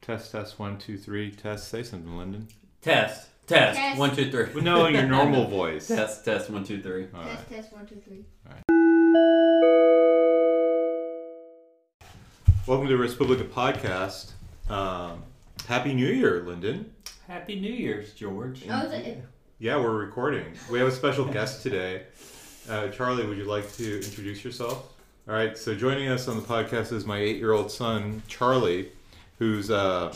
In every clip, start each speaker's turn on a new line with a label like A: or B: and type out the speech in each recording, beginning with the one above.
A: Test, test, one, two, three. Test, say something, Lyndon.
B: Test, test,
C: Test.
B: one, two, three.
A: No, your normal voice.
B: test, test, one, two, three.
A: All right.
C: Test, test, one, two, three.
A: Welcome to Respublica Podcast. Um, Happy New Year, Lyndon.
B: Happy New Year's, George.
C: Oh, is it?
A: Yeah, we're recording. We have a special guest today. Uh, Charlie, would you like to introduce yourself? All right, so joining us on the podcast is my eight year old son, Charlie, who's uh,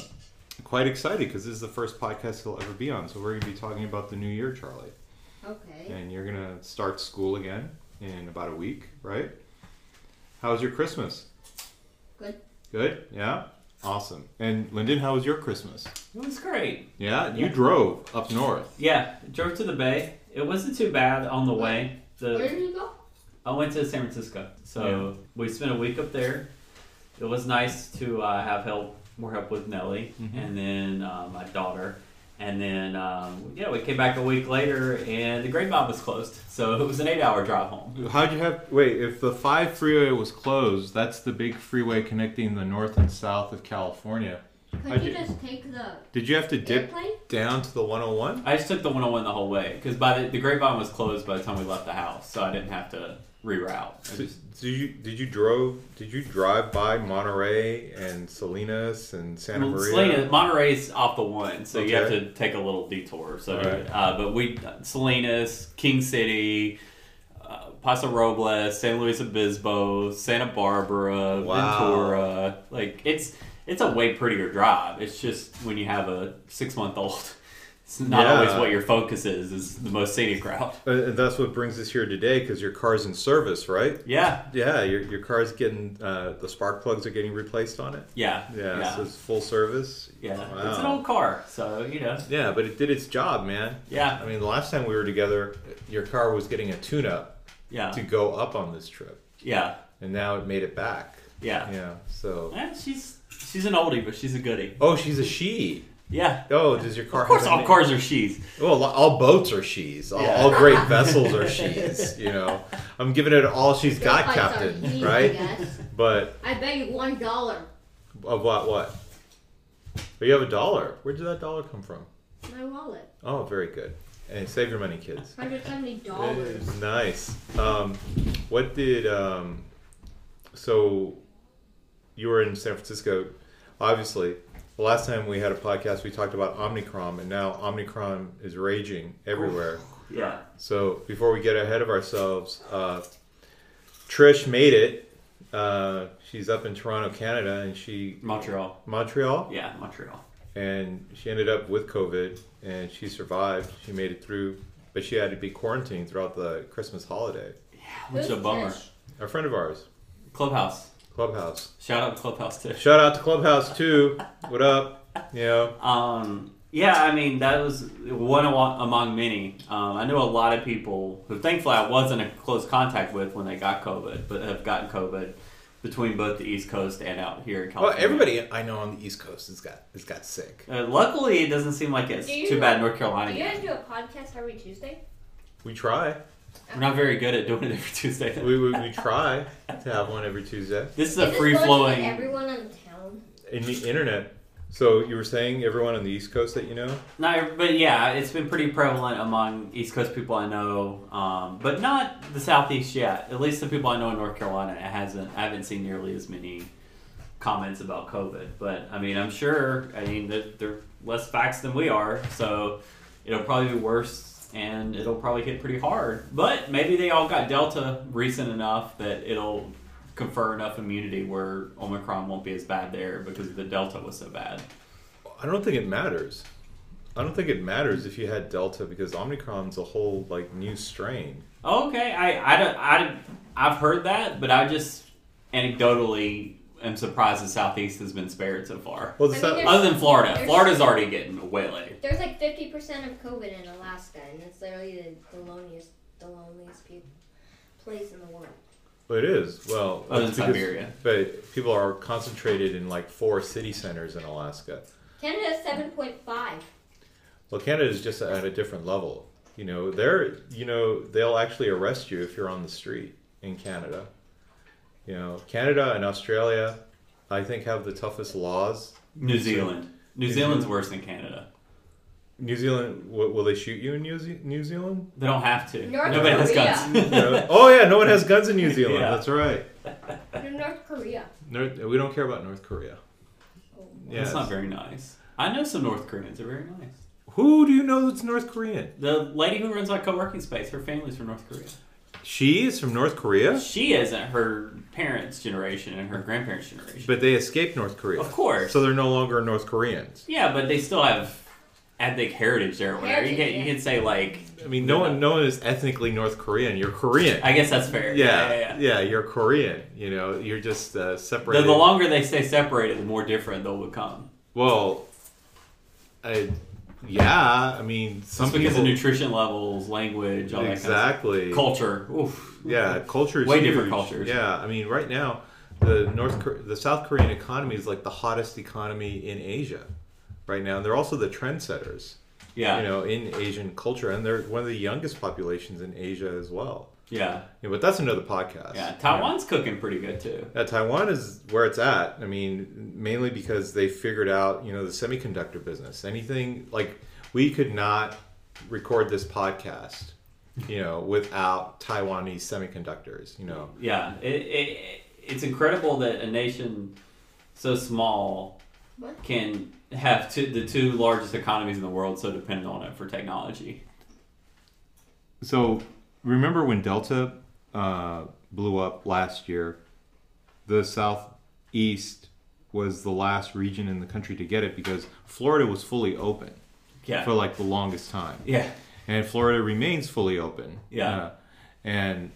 A: quite excited because this is the first podcast he'll ever be on. So we're going to be talking about the new year, Charlie.
C: Okay.
A: And you're going to start school again in about a week, right? How was your Christmas?
C: Good.
A: Good? Yeah? Awesome. And Lyndon, how was your Christmas?
B: It was great.
A: Yeah? You
B: Yeah.
A: drove up north.
B: Yeah, drove to the bay. It wasn't too bad on the way.
C: Where
B: The
C: did you go?
B: I went to San Francisco, so we spent a week up there. It was nice to uh, have help, more help with Nellie,
A: Mhm.
B: and then uh, my daughter. And then, um, yeah, we came back a week later, and the Great Mountain was closed, so it was an eight-hour drive home.
A: How'd you have? Wait, if the 5 freeway was closed, that's the big freeway connecting the north and south of California. I
C: Could you
A: did-
C: just take the
A: Did you have to dip
C: airplane?
A: down to the 101?
B: I just took the 101 the whole way because by the, the grapevine was closed by the time we left the house, so I didn't have to reroute. I
A: So,
B: just-
A: so you did you drove did you drive by Monterey and Salinas and Santa
B: Well,
A: Maria?
B: Salinas, Monterey's off the one, so you have
A: Okay.
B: to take a little detour. So,
A: Alright.
B: uh, but we Salinas, King City, uh, Paso Robles, San Luis Obispo, Santa Barbara,
A: Wow.
B: Ventura. Like it's it's a way prettier drive. It's just when you have a six month old, it's not
A: Yeah.
B: always what your focus is. Is the most scenic route.
A: Uh, that's what brings us here today because your car's in service, right?
B: Yeah,
A: Yeah, your, your car's getting uh, the spark plugs are getting replaced on it.
B: yeah,
A: Yeah, so it's full service.
B: Yeah,
A: Wow.
B: it's an old car, so you know.
A: Yeah, but it did its job, man.
B: Yeah,
A: I mean, the last time we were together, your car was getting a tune-up.
B: yeah,
A: to go up on this trip,
B: yeah,
A: and now it made it back.
B: yeah.
A: Yeah. So.
B: Eh, she's she's an oldie, but she's a goodie.
A: Oh, she's a she.
B: Yeah,
A: Oh, does your car?
B: of course,
A: have a
B: all
A: name?
B: cars are she's.
A: Well, lo- all boats are she's. All,
B: Yeah.
A: all great vessels are she's. You know, I'm giving it all she's got,
C: Airplanes are
A: Captain.
C: huge, I,
A: Right?
C: guess.
A: But
C: I bet you one dollar.
A: of what? What? But you have a dollar. Where did that dollar come from?
C: My wallet.
A: Oh, very good. And save your money, kids.
C: Hundred seventy dollars.
A: Nice. Um, what did um, so you were in San Francisco, obviously. The last time we had a podcast, we talked about Omnicron, and now Omnicron is raging everywhere.
B: Yeah,
A: So before we get ahead of ourselves, uh, Trish made it. Uh, she's up in Toronto, Canada, and she
B: Montreal.
A: Montreal,
B: Yeah, Montreal.
A: and she ended up with COVID, and she survived. She made it through, but she had to be quarantined throughout the Christmas holiday.
B: Which is a bummer.
A: A friend of ours,
B: Clubhouse.
A: Clubhouse.
B: Shout out to Clubhouse too.
A: Shout out to Clubhouse too. What up? You know,
B: Um, yeah, I mean that was one awa- among many. Um, I knew a lot of people who, thankfully, I wasn't in close contact with when they got COVID, but have gotten COVID between both the East Coast and out here in
A: well,
B: California.
A: everybody I know on the East Coast has got has got sick.
B: Uh, luckily, it doesn't seem like it's
C: Do you-
B: too bad. in North Carolina.
C: Do you
B: yet.
C: guys do a podcast every Tuesday?
A: We try.
B: We're not very good at doing it every Tuesday.
A: We we, we try to have one every Tuesday
B: This is a
C: Is this
B: free
C: going to
B: flowing.
C: Everyone in town.
A: in the internet. So you were saying everyone on the East Coast that you know?
B: No, but yeah, it's been pretty prevalent among East Coast people I know, um, but not the Southeast yet. At least the people I know in North Carolina, it hasn't. I haven't seen nearly as many comments about COVID. But I mean, I'm sure. I mean, they're, they're less facts than we are, so it'll probably be worse, and it'll probably hit pretty hard. But maybe they all got Delta recent enough that it'll confer enough immunity where Omicron won't be as bad there because the Delta was so bad.
A: I don't think it matters. I don't think it matters if you had Delta because Omicron's a whole like new strain.
B: Okay, I, I, don't- I, I've heard that, but I just anecdotally am surprised the Southeast has been spared so far.
A: Well,
C: I
A: the
C: think
A: Sou-
C: there's-
B: Other than Florida,
C: There's-
B: Florida's already getting waylaid.
C: There's like fifty percent of COVID in Alaska, and it's literally the, the loneliest, the loneliest people, place in the world.
A: It is. Well,
B: Other than
A: it's because-
B: Siberia.
A: But people are concentrated in like four city centers in Alaska.
C: Canada's seven point five.
A: Well, Canada's just at a different level. You know, they're you know they'll actually arrest you if you're on the street in Canada. You know, Canada and Australia, I think, have the toughest laws
B: New Zealand. New
A: New
B: Zealand's
A: Zealand.
B: worse than Canada.
A: New Zealand. Will, will they shoot you in New, Ze- New Zealand?
B: They don't have to.
C: North
B: Nobody has
C: Korea.
B: guns.
A: No. Oh yeah, no one has guns in New Zealand.
B: Yeah.
A: That's right.
C: North Korea.
A: North, we don't care about North Korea.
C: Oh.
A: Yes.
B: That's not very nice. I know some North Koreans. They're very nice.
A: Who do you know that's North Korean?
B: The lady who runs my co-working space, her family's from North Korea.
A: She is from North Korea,
B: She isn't her parents' generation and her grandparents' generation.
A: but they escaped North Korea.
B: Of course.
A: So they're no longer North Koreans.
B: yeah, but they still have ethnic heritage there. or Whatever. You
C: Heritage,
B: can
C: yeah.
B: you can say like,
A: I mean, no one, no one is ethnically North Korean. You're Korean.
B: I guess that's fair.
A: yeah,
B: yeah, yeah.
A: You're Korean. You know, you're just uh,
B: The,
A: separated.
B: the longer they stay separated, the more different they'll become.
A: well, I, yeah. I mean, some
B: Just because
A: people
B: of nutrition levels, language, all that
A: exactly.
B: kind of culture. Oof.
A: Yeah, culture is
B: Way
A: huge.
B: different cultures.
A: Yeah, I mean, right now, the North, Kor- the South Korean economy is like the hottest economy in Asia, right now. And they're also the trendsetters,
B: Yeah,
A: you know, in Asian culture, and they're one of the youngest populations in Asia as well.
B: yeah,
A: Yeah, but that's another podcast.
B: yeah. Taiwan's cooking pretty good too.
A: Yeah, Taiwan is where it's at. I mean, mainly because they figured out, you know, the semiconductor business. Anything like we could not record this podcast, you know, without Taiwanese semiconductors. You know,
B: Yeah, it, it, it's incredible that a nation so small
C: What?
B: can have two, the two largest economies in the world so dependent on it for technology.
A: So remember when Delta uh, blew up last year? The southeast was the last region in the country to get it because Florida was fully open
B: Yeah,
A: for like the longest time,
B: yeah,
A: and Florida remains fully open.
B: Yeah.
A: Uh, and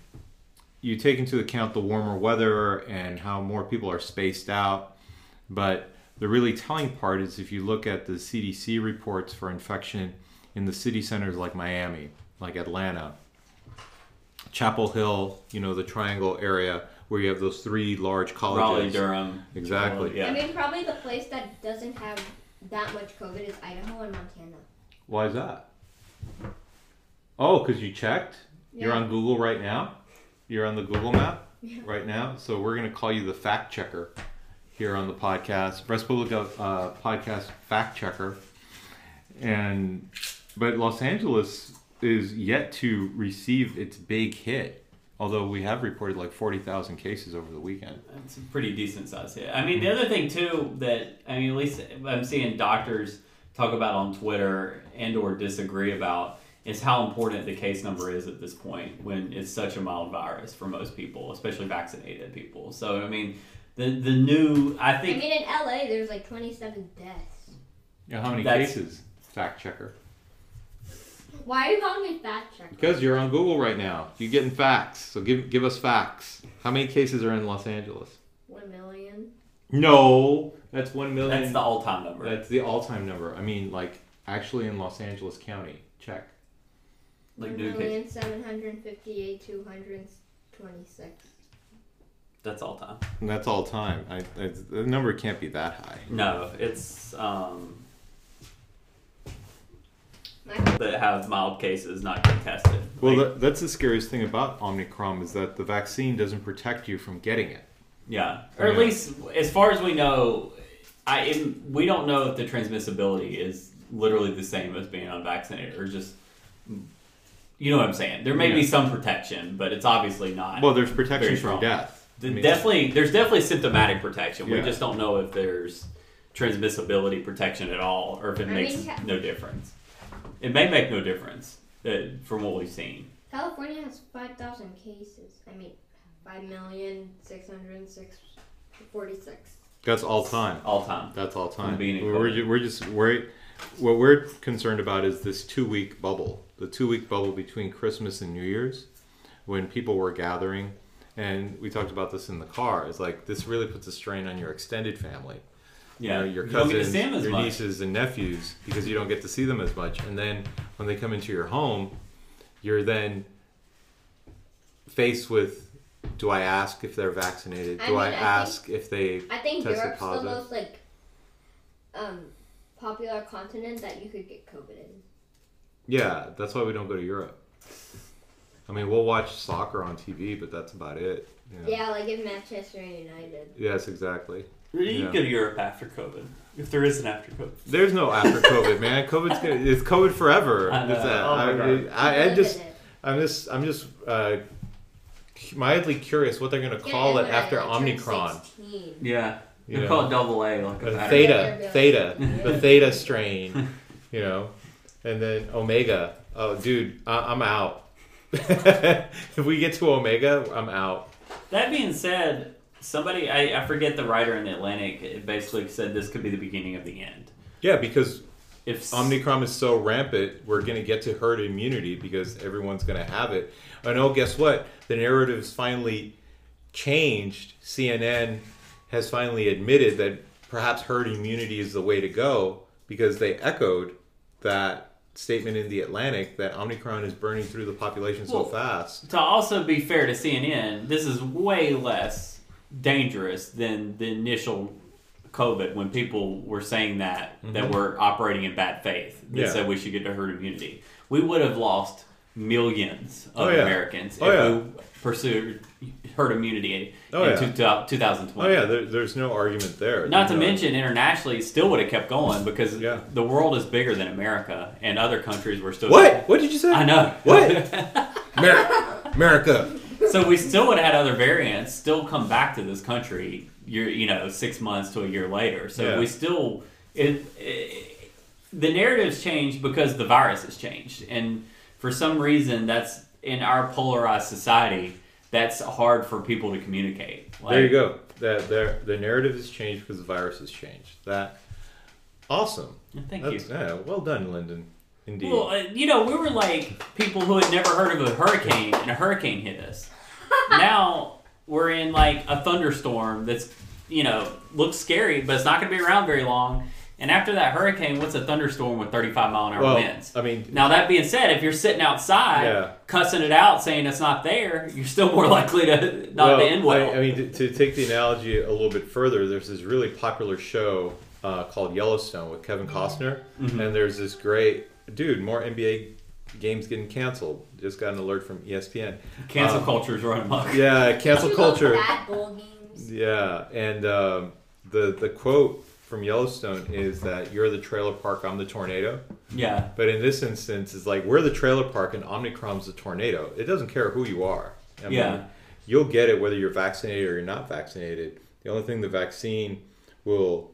A: you take into account the warmer weather and how more people are spaced out, but the really telling part is if you look at the CDC reports for infection in the city centers like Miami, like Atlanta, Chapel Hill, you know, the triangle area where you have those three large
B: Raleigh,
A: colleges.
B: Durham,
A: Exactly.
B: Yeah,
C: I mean, probably the place that doesn't have that much COVID is Idaho and Montana.
A: Why is that? Oh, because you checked? You're
C: Yeah.
A: on Google right now? You're on the Google map
C: Yeah.
A: right now? So we're going to call you the fact checker here on the podcast, Breast Public uh, Podcast Fact Checker. And, but Los Angeles is yet to receive its big hit, although we have reported like 40,000 cases over the weekend.
B: It's a pretty decent size hit. I mean, the other thing too that I mean, at least I'm seeing doctors talk about on Twitter and or disagree about is how important the case number is at this point when it's such a mild virus for most people, especially vaccinated people. So I mean, the the new I
C: I
B: think
C: mean, in LA, there's like 27 deaths.
A: You know, how many
B: That's-
A: cases, fact checker?
C: Why are you calling me fact checker?
A: Because you're on Google right now. You're getting facts. So give give us facts. How many cases are in Los Angeles?
C: One million.
A: No, that's one million.
B: that's the all time number.
A: That's the all-time number. I mean, like actually in Los Angeles County. Check.
B: like
C: One
B: new case.
C: million seven hundred fifty-eight two hundred twenty-six.
B: That's all time.
A: And that's all time. I, I, the number can't be that high.
B: No, it's um
C: My-
B: that have mild cases not contested.
A: Well,
B: Like,
A: that, that's the scariest thing about Omicron is that the vaccine doesn't protect you from getting it.
B: Yeah, or at
A: Yeah.
B: least as far as we know, I am- we don't know if the transmissibility is literally the same as being unvaccinated or just. You know what I'm saying? There may be
A: Yeah.
B: some protection, but it's obviously not.
A: Well, there's protection
B: Very
A: from
B: strong.
A: death.
B: The-
A: I mean,
B: definitely, there's definitely symptomatic protection. We
A: Yeah.
B: just don't know if there's transmissibility protection at all, or if it
C: I
B: makes
C: mean, ca-
B: no difference. It may make no difference uh, from what we've seen.
C: California has 5,000 cases. I mean, five million six hundred six forty-six.
A: that's all time.
B: All time.
A: That's all time.
B: being in
A: We're,
B: COVID.
A: ju- we're just we're what we're concerned about is this two week bubble, the two week bubble between Christmas and New Year's, when people were gathering, and we talked about this in the car. It's like this really puts a strain on your extended family.
B: Yeah,
A: you know, your
B: You don't get to
A: cousins,
B: see 'em as
A: your
B: much.
A: nieces and nephews, because you don't get to see them as much. And then when they come into your home, you're then faced with. Do I ask if they're vaccinated? Do
C: I
A: I,
C: mean, I think-
A: ask if they?
C: I think
A: Tested
C: Europe's
A: positive.
C: the most like um popular continent that you could get COVID in.
A: Yeah, that's why we don't go to Europe. I mean, we'll watch soccer on TV, but that's about it. you know?
C: Yeah, like in Manchester United.
A: Yes, exactly.
B: You
A: Yeah.
B: can go to Europe after COVID, if there is an after COVID.
A: There's no after COVID, man. COVID's gonna, it's COVID forever.
B: I know.
A: It's, uh,
B: Oh my
A: I,
B: God.
A: I, I
C: Look
A: just,
C: at it.
A: I'm just, I'm just uh, mildly curious what they're gonna
C: It's gonna
A: call
C: end
A: it
C: when I,
A: after
C: like, turn
A: Omicron.
C: 16.
B: Yeah.
A: You
B: they
A: know?
B: call it double A, like a
A: Uh,
B: pattern.
A: theta,
C: Yeah.
A: theta,
C: Yeah.
A: the theta strain, you know, and then omega. Oh, dude, I- I'm out. if we get to omega, I'm out.
B: That being said, somebody I, I forget the writer in the Atlantic it basically said this could be the beginning of the end.
A: Yeah, because
B: If s-
A: Omicron is so rampant, we're going to get to herd immunity because everyone's going to have it. And oh, guess what? The narrative's finally changed. CNN has finally admitted that perhaps herd immunity is the way to go because they echoed that statement in the Atlantic that Omicron is burning through the population so
B: Well-
A: fast.
B: to also be fair to CNN, this is way less dangerous than the initial COVID when people were saying that that were operating in bad faith. They
A: Mm-hmm. Yeah.
B: said we should get to herd immunity. We would have lost millions of
A: Oh, yeah.
B: Americans
A: Oh,
B: if
A: yeah.
B: we pursued herd immunity
A: Oh,
B: in
A: yeah.
B: two, 2020.
A: Oh, yeah, there, there's no argument there.
B: Not to
A: You know?
B: mention internationally, it still would have kept going because
A: Yeah.
B: the world is bigger than America, and other countries were still.
A: What? What did you say?
B: I know.
A: What? Mer- America.
B: so we still would have had other variants still come back to this country. You're you know six months to a year later. So
A: Yeah.
B: we still it, it the narrative's changed because the virus has changed, and for some reason that's in our polarized society that's hard for people to communicate. Like,
A: there you go. That there, the narrative has changed because the virus has changed. That awesome.
B: Thank you.
A: That's, Yeah, well done, Lyndon. Indeed.
B: Well, uh, you know, we were like people who had never heard of a hurricane, and a hurricane hit us. now we're in like a thunderstorm that's, you know, looks scary, but it's not going to be around very long. And after that hurricane, what's a thunderstorm with 35 mile an hour
A: Well,
B: winds?
A: I mean,
B: Now, that being said, if you're sitting outside
A: Yeah.
B: cussing it out, saying it's not there, you're still more likely to
A: well,
B: not to end well.
A: I, I mean, to, to take the analogy a little bit further, there's this really popular show uh, called Yellowstone with Kevin
B: Mm-hmm.
A: Costner, and there's this great dude. More NBA games getting canceled. Just got an alert from E ESPN.
B: Cancel
A: um,
B: culture's run amok.
A: Yeah,
C: Do
A: cancel
C: you love
A: culture.
C: Bad bowl games.
A: Yeah, and um, the the quote from Yellowstone is that you're the trailer park, I'm the tornado.
B: Yeah.
A: But in this instance, it's like we're the trailer park and Omnicrom's the tornado. It doesn't care who you are. I
B: Yeah.
A: you'll get it whether you're vaccinated or you're not vaccinated. The only thing the vaccine will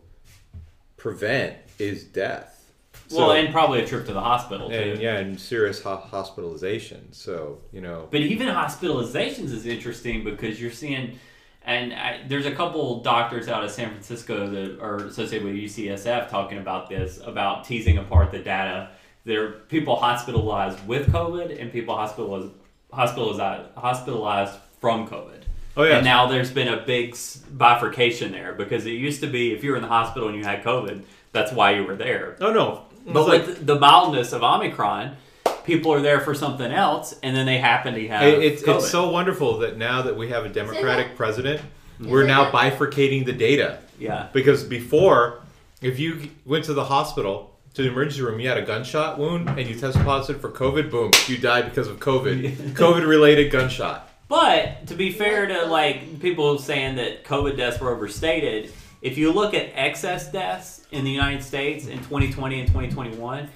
A: prevent is death.
B: well, and probably a trip to the hospital, too.
A: and yeah, and serious ho- hospitalization. So you know,
B: But even hospitalizations is interesting because you're seeing, and I, there's a couple doctors out of San Francisco that are associated with UCSF talking about this, about teasing apart the data. There are people hospitalized with COVID and people hospitalized hospitalized hospitalized from COVID.
A: Oh, yeah.
B: And now there's been a big s- bifurcation there because it used to be if you were in the hospital and you had COVID, that's why you were there.
A: oh no, It's
B: But
A: like-
B: with the mildness of Omicron, people are there for something else, and then they happen to have
A: It- it's,
B: COVID.
A: it's so wonderful that now that we have a democratic president,
C: Is
A: we're
C: it
A: now
C: that-
A: bifurcating the data.
B: yeah,
A: Because before, if you went to the hospital, to the emergency room, you had a gunshot wound and you tested positive for COVID, boom, you died because of COVID. COVID related gunshot.
B: but to be fair to like people saying that COVID deaths were overstated, if you look at excess deaths in the United States in 2020 and 2021,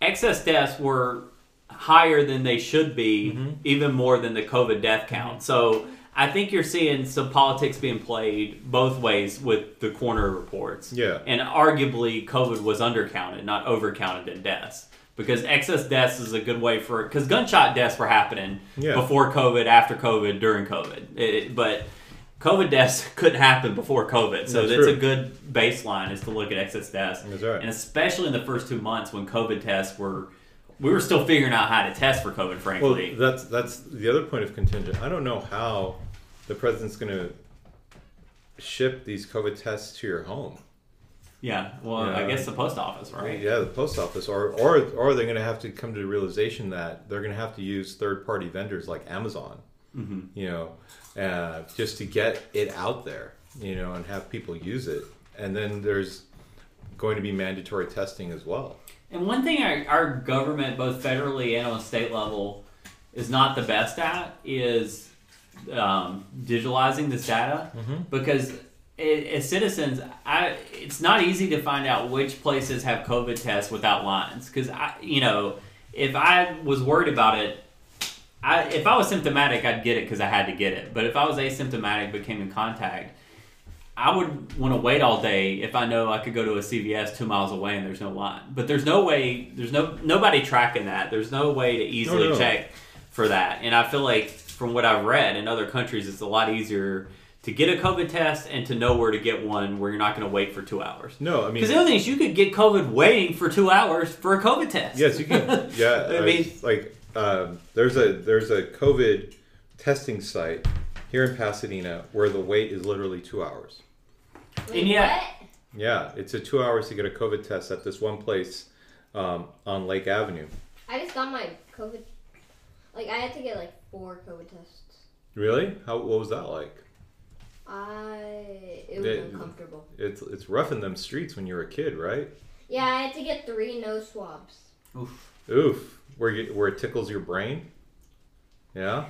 B: excess deaths were higher than they should be,
A: Mm-hmm.
B: even more than the COVID death count. So. I think you're seeing some politics being played both ways with the corner reports.
A: Yeah.
B: And arguably, COVID was undercounted, not overcounted in deaths. Because excess deaths is a good way for, because gunshot deaths were happening
A: Yeah.
B: before COVID, after COVID, during COVID. It- but COVID deaths couldn't happen before COVID. So
A: That's
B: that's,
A: true.
B: a good baseline is to look at excess deaths.
A: That's right.
B: And especially in the first two months when COVID tests were, we were still figuring out how to test for COVID,
A: Well,
B: frankly.
A: that's that's the other point of contention. I don't know how the president's going to ship these COVID tests to your home.
B: yeah. Well,
A: Yeah.
B: I guess the post office, right?
A: Yeah, the post office, or or or they're going to have to come to the realization that they're going to have to use third party vendors like Amazon,
B: Mm-hmm.
A: you know, uh, just to get it out there, you know, and have people use it. And then there's going to be mandatory testing as well.
B: And one thing our, our government, both federally and on state level, is not the best at is um, digitalizing this data because a- as citizens, I, it's not easy to find out which places have COVID tests without lines. Because I, you know, if I was worried about it, I if I was symptomatic, I'd get it because I had to get it. But if I was asymptomatic, but came in contact, I would want to wait all day if I know I could go to a CVS two miles away and there's no line. But there's no way, there's no nobody tracking that. There's no way to easily
A: no.
B: check for that. And I feel like from what I've read in other countries, it's a lot easier to get a COVID test and to know where to get one where you're not going to wait for two hours.
A: No, I mean,
B: Because the other thing is, you could get COVID waiting for two hours for a COVID test.
A: yes, you can. Yeah, uh,
B: I mean-
A: like um, there's a there's a COVID testing site here in Pasadena where the wait is literally two hours.
C: Wait,
B: And yet-
C: what?
A: Yeah, it's a two hours to get a COVID test at this one place um, on Lake Avenue.
C: I just got my COVID. Like I had to get like four COVID tests.
A: Really? How? What was that like?
C: I it was
A: They-
C: uncomfortable.
A: It's it's rough in them streets when you're a kid, right?
C: Yeah, I had to get three nose swabs.
B: Oof.
A: Oof, where you, where it tickles your brain. Yeah,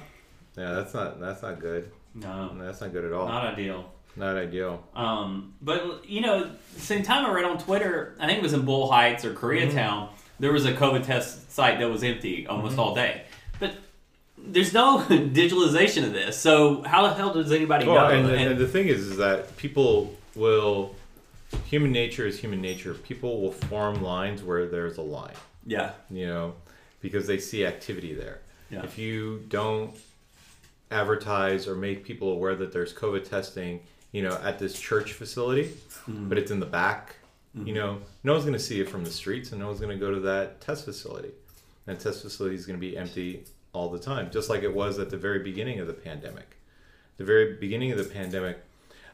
A: yeah, that's not that's not good.
B: No,
A: That's not good at all. Not,
B: not ideal.
A: ideal.
B: Um, but you know, same time I read on Twitter, I think it was in Bull Heights or Koreatown,
A: Mm-hmm.
B: there was a COVID test site that was empty almost all day. But there's no digitalization of this, so how the hell does anybody
A: Well,
B: know?
A: and, the, and the thing is, is that people will. Human nature is human nature. People will form lines where there's a line.
B: yeah,
A: you know, because they see activity there.
B: Yeah.
A: If you don't advertise or make people aware that there's COVID testing, you know, at this church facility, but it's in the back, you know, no one's going to see it from the streets and no one's going to go to that test facility. And test facility is going to be empty all the time, just like it was at the very beginning of the pandemic. The very beginning of the pandemic,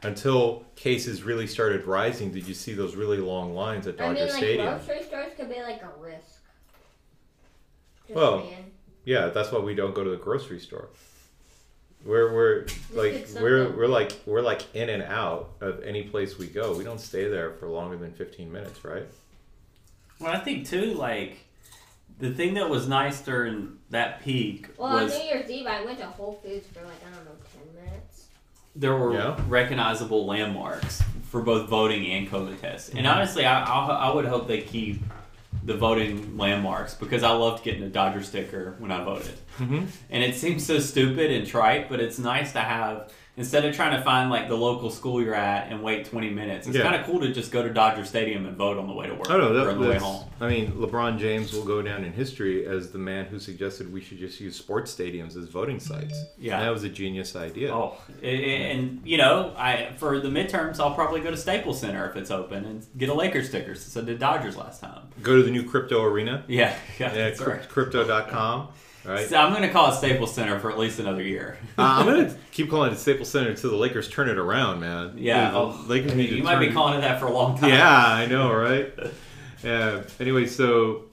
A: until cases really started rising, did you see those really long lines at Dodger
C: I mean, like
A: Stadium?
C: grocery stores could be like a risk. Just
A: Well,
C: saying.
A: Yeah, that's why we don't go to the grocery store. We're we're like
C: pick something.
A: we're we're like we're like in and out of any place we go. We don't stay there for longer than fifteen minutes, right?
B: well, I think too, like the thing that was nice during that peak
C: Well,
B: was
C: on New Year's Eve, I went to Whole Foods for like I don't know, ten minutes.
B: there were
A: Yeah.
B: recognizable landmarks for both voting and COVID tests.
A: Mm-hmm.
B: And honestly, I, I, I would hope they keep the voting landmarks because I loved getting a Dodger sticker when I voted.
A: Mhm.
B: And it seems so stupid and trite, but it's nice to have. Instead of trying to find like the local school you're at and wait 20 minutes, it's
A: Yeah.
B: kind of cool to just go to Dodger Stadium and vote on the way to work
A: I don't
B: or on
A: know.
B: the way
A: That,
B: home.
A: I mean, LeBron James will go down in history as the man who suggested we should just use sports stadiums as voting sites.
B: Yeah.
A: that was a genius idea.
B: Oh, a- a- and you know, I for the midterms, I'll probably go to Staples Center if it's open and get a Lakers sticker since I did Dodgers last time.
A: Go to the new crypto arena.
B: Yeah, yeah,
A: Yeah,
B: that's right.
A: crypt- crypto.com. Right.
B: So I'm going to call it Staples Center for at least another year.
A: Uh, I'm gonna keep calling it Staples Center until the Lakers turn it around, man.
B: Yeah,
A: the
B: I'll-
A: Lakers need to
B: you might be
A: turn-
B: calling it that for a long time.
A: yeah, I know, right? Yeah. Anyway, so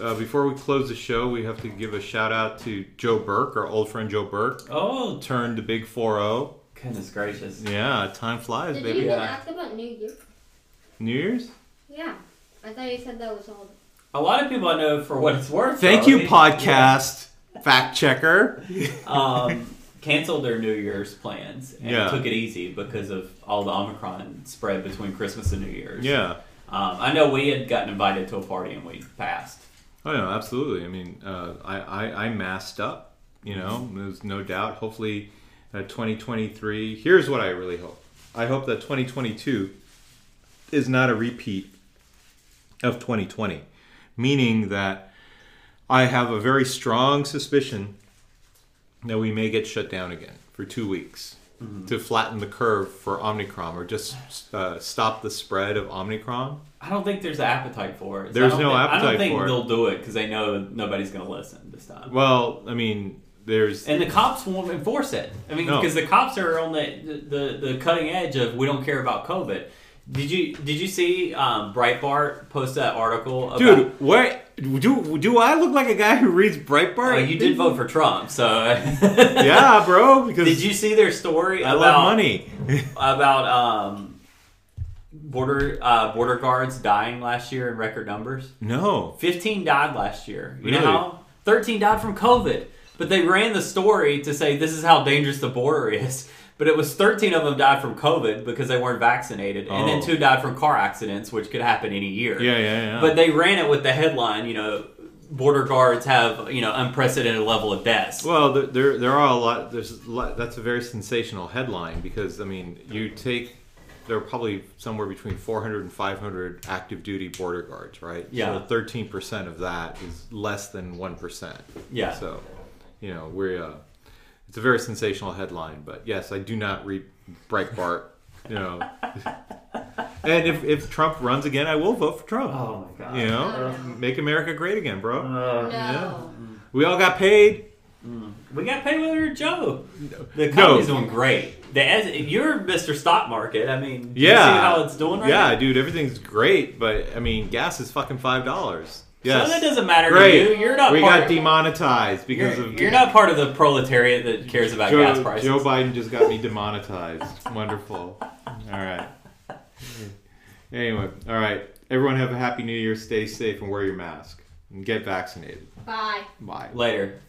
A: uh, before we close the show, we have to give a shout out to Joe Burke, our old friend Joe Burke,
B: Oh,
A: turned the big four zero.
B: goodness gracious.
A: Yeah, time flies,
C: Did
A: baby.
C: you even
B: Yeah.
C: ask about New Year?
A: New Year's.
C: Yeah, I thought you said that was all.
B: A lot of people I know, for what it's worth,
A: Thank
B: though,
A: you,
B: they-
A: podcast fact checker.
B: Um, canceled their New Year's plans and
A: Yeah.
B: took it easy because of all the Omicron spread between Christmas and New Year's.
A: Yeah.
B: Um, I know we had gotten invited to a party and we passed.
A: Oh no, absolutely. I mean, uh, I, I I masked up. You know, there's no doubt. Hopefully, uh, 2023. Here's what I really hope. I hope that 2022 is not a repeat of 2020, meaning that I have a very strong suspicion that we may get shut down again for two weeks to flatten the curve for Omicron or just uh, stop the spread of Omicron.
B: I don't think there's an appetite for it.
A: There's
B: I don't
A: no
B: thi- I
A: appetite
B: don't think
A: for it.
B: they'll do it because they know nobody's going to listen this time.
A: Well, I mean, there's
B: And the cops won't enforce it. I mean,
A: No.
B: because the cops are on the, the the cutting edge of we don't care about COVID. Did you did you see um, Breitbart post that article? About, uh,
A: Dude, what do do I look like a guy who reads Breitbart?
B: well, Oh, you did vote for Trump, so
A: yeah, bro. Because
B: Did you see their story
A: I
B: about
A: love money.
B: about um, border uh, border guards dying last year in record numbers?
A: no,
B: 15 died last year. You
A: Really?
B: know how? 13 died from COVID. But they ran the story to say this is how dangerous the border is. But it was 13 of them died from COVID because they weren't vaccinated, and then
A: Oh.
B: two died from car accidents, which could happen any year.
A: Yeah, yeah, yeah.
B: But they ran it with the headline, you know, border guards have you know unprecedented level of deaths.
A: Well, there, there there are a lot. There's a lot, that's a very sensational headline because I mean, you take there are probably somewhere between 400 and 500 active duty border guards, right?
B: Yeah.
A: So 13 percent of that is less than one percent.
B: Yeah.
A: So, you know, we're uh, it's a very sensational headline, but yes, I do not read Breitbart. You know, and if if Trump runs again, I will vote for Trump.
B: Oh my god.
A: You know,
C: Oh, no.
A: make America great again, bro.
C: No.
B: Uh,
A: We all got paid.
B: we got paid with her Joe. The
A: No.
B: company's doing great. The as, you're Mr. Stock Market. I mean, do you
A: Yeah.
B: see how it's doing right
A: yeah,
B: now?
A: dude, everything's great, but I mean, gas is fucking five dollars.
B: So that
A: Yes,
B: doesn't matter
A: Great.
B: to you. You're not
A: we
B: part
A: got demonetized because
B: you're,
A: of
B: you're not part of the proletariat that cares about gas
A: Joe,
B: prices.
A: Joe Biden just got me demonetized. Wonderful. All right. Anyway, all right. Everyone have a happy New Year. Stay safe and wear your mask and get vaccinated.
C: Bye.
A: Bye.
B: Later.